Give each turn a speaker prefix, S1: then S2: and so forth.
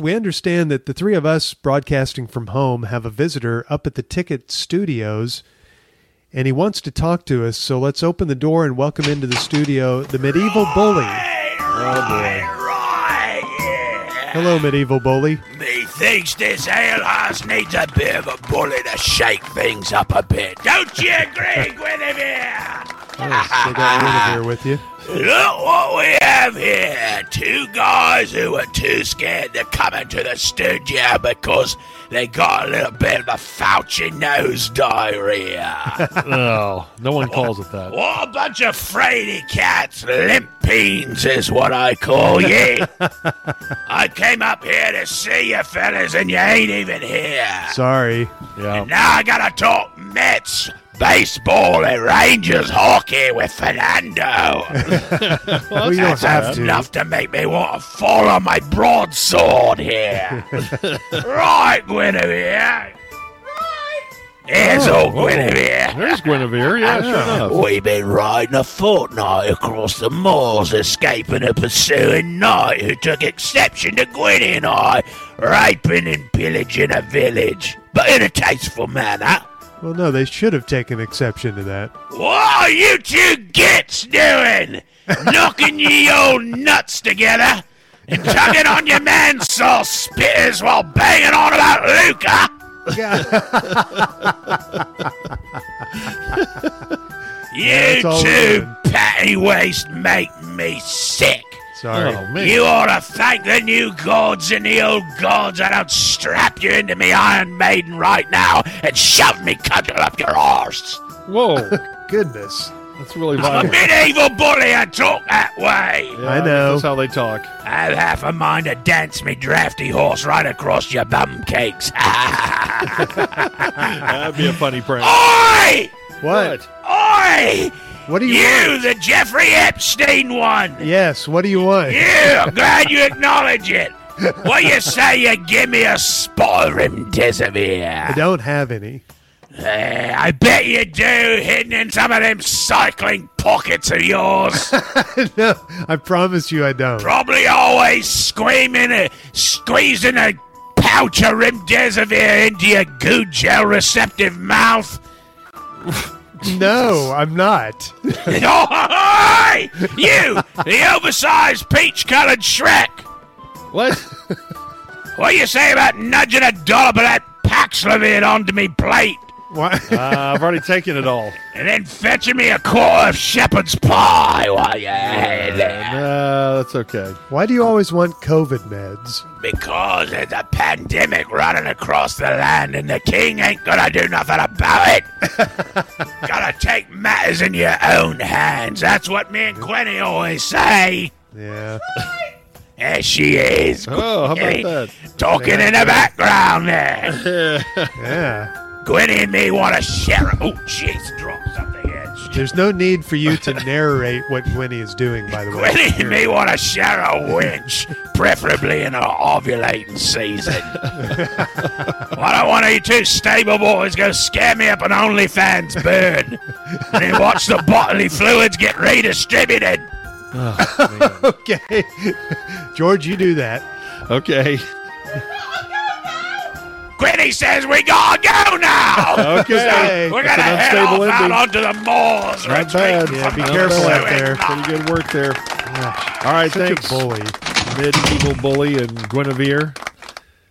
S1: we understand that the three of us broadcasting from home have a visitor up at the ticket studios and he wants to talk to us. So let's open the door and welcome into the studio the medieval bully.
S2: Right, yeah.
S1: Hello, medieval bully.
S2: Methinks this alehouse needs a bit of a bully to shake things up a bit. Don't you agree, Guinevere?
S1: Oh, they got Guinevere with you.
S2: Look what we have here. Two guys who were too scared to come into the studio because they got a little bit of a Fauci nose diarrhea.
S3: Oh, no one calls it that.
S2: what a bunch of fraidy cats. Limpines is what I call ye. I came up here to see you fellas and you ain't even here.
S1: Sorry.
S3: Yeah.
S2: Now I gotta talk Mets, baseball, and Rangers hockey with Fernando.
S1: Well, you don't have
S2: That's
S1: to.
S2: enough to make me want to follow my broadsword here. right, Guinevere. Here's old
S1: Oh.
S2: Guinevere.
S3: There's Guinevere. Yeah, sure enough.
S2: We've been riding a fortnight across the moors, escaping a pursuing knight who took exception to Gwynny and I, raping and pillaging a village, but in a tasteful manner.
S1: Well, no, they should have taken exception to that.
S2: What are you two gits doing? Knocking ye old nuts together and tugging on your man saw spitters while banging on about Luca? You
S1: That's all
S2: two
S1: right.
S2: patty waste make me sick.
S1: Sorry.
S3: Oh, man.
S2: You ought to thank the new gods and the old gods I don't strap you into me Iron Maiden right now and shove me cudgel up your arse.
S3: Whoa.
S1: Goodness.
S3: That's really
S2: I'm a
S3: violent.
S2: medieval bully, I talk that way.
S3: Yeah,
S1: I
S3: guess
S1: know.
S3: That's how they talk.
S2: I've half a mind to dance me drafty horse right across your bum cakes.
S3: That'd be a funny prank.
S2: Oi!
S1: What?
S2: Oi!
S1: What do you want?
S2: You, the Jeffrey Epstein one!
S1: Yes, what do you want?
S2: Yeah, I'm glad you acknowledge it. What you say you give me a spot of
S1: I
S2: remdesivir?
S1: don't have any.
S2: Eh, I bet you do, hidden in some of them cycling pockets of yours.
S1: no, I promise you I don't.
S2: Probably always screaming, uh, squeezing a pouch of remdesivir into your goo gel receptive mouth.
S1: No, I'm not.
S2: Oh, Ahoy! You, the oversized peach-colored Shrek.
S3: What?
S2: What do you say about nudging a dollop of that Paxlovid onto me plate
S1: Why?
S3: Uh, I've already taken it all.
S2: and then fetching me a quarter of shepherd's pie while you're at it?
S3: No, uh, that's okay.
S1: Why do you always want COVID meds?
S2: Because there's a pandemic running across the land and the king ain't gonna do nothing about it. Gotta take matters in your own hands. That's what me and Gwenny always say.
S1: Yeah.
S2: There she is.
S3: Oh, how
S2: Gwenny,
S3: about
S2: Talking in the background there.
S3: that?
S1: Yeah.
S2: Gwenny and me want to share. Oh, jeez, dropped something here.
S1: There's no need for you to narrate what Gwenny is doing, by the way.
S2: Gwenny and me want to share a winch, preferably in an ovulating season. Why don't one of you two stable boys go scare me up an OnlyFans bird and then watch the bodily fluids get redistributed?
S1: Okay. George, you do that.
S3: okay.
S2: Gwenny says we gotta go now.
S3: Okay.
S2: We're
S3: That's
S2: gonna
S3: an
S2: head off
S3: unstable
S2: out
S3: ending.
S2: onto the moors.
S3: Not
S2: retreat
S3: bad.
S2: from
S1: Yeah, be
S2: the
S1: careful
S2: pursuing
S1: out there.
S3: Pretty good work there. All right,
S1: Such
S3: thanks,
S1: a bully.
S3: medieval bully and Guinevere.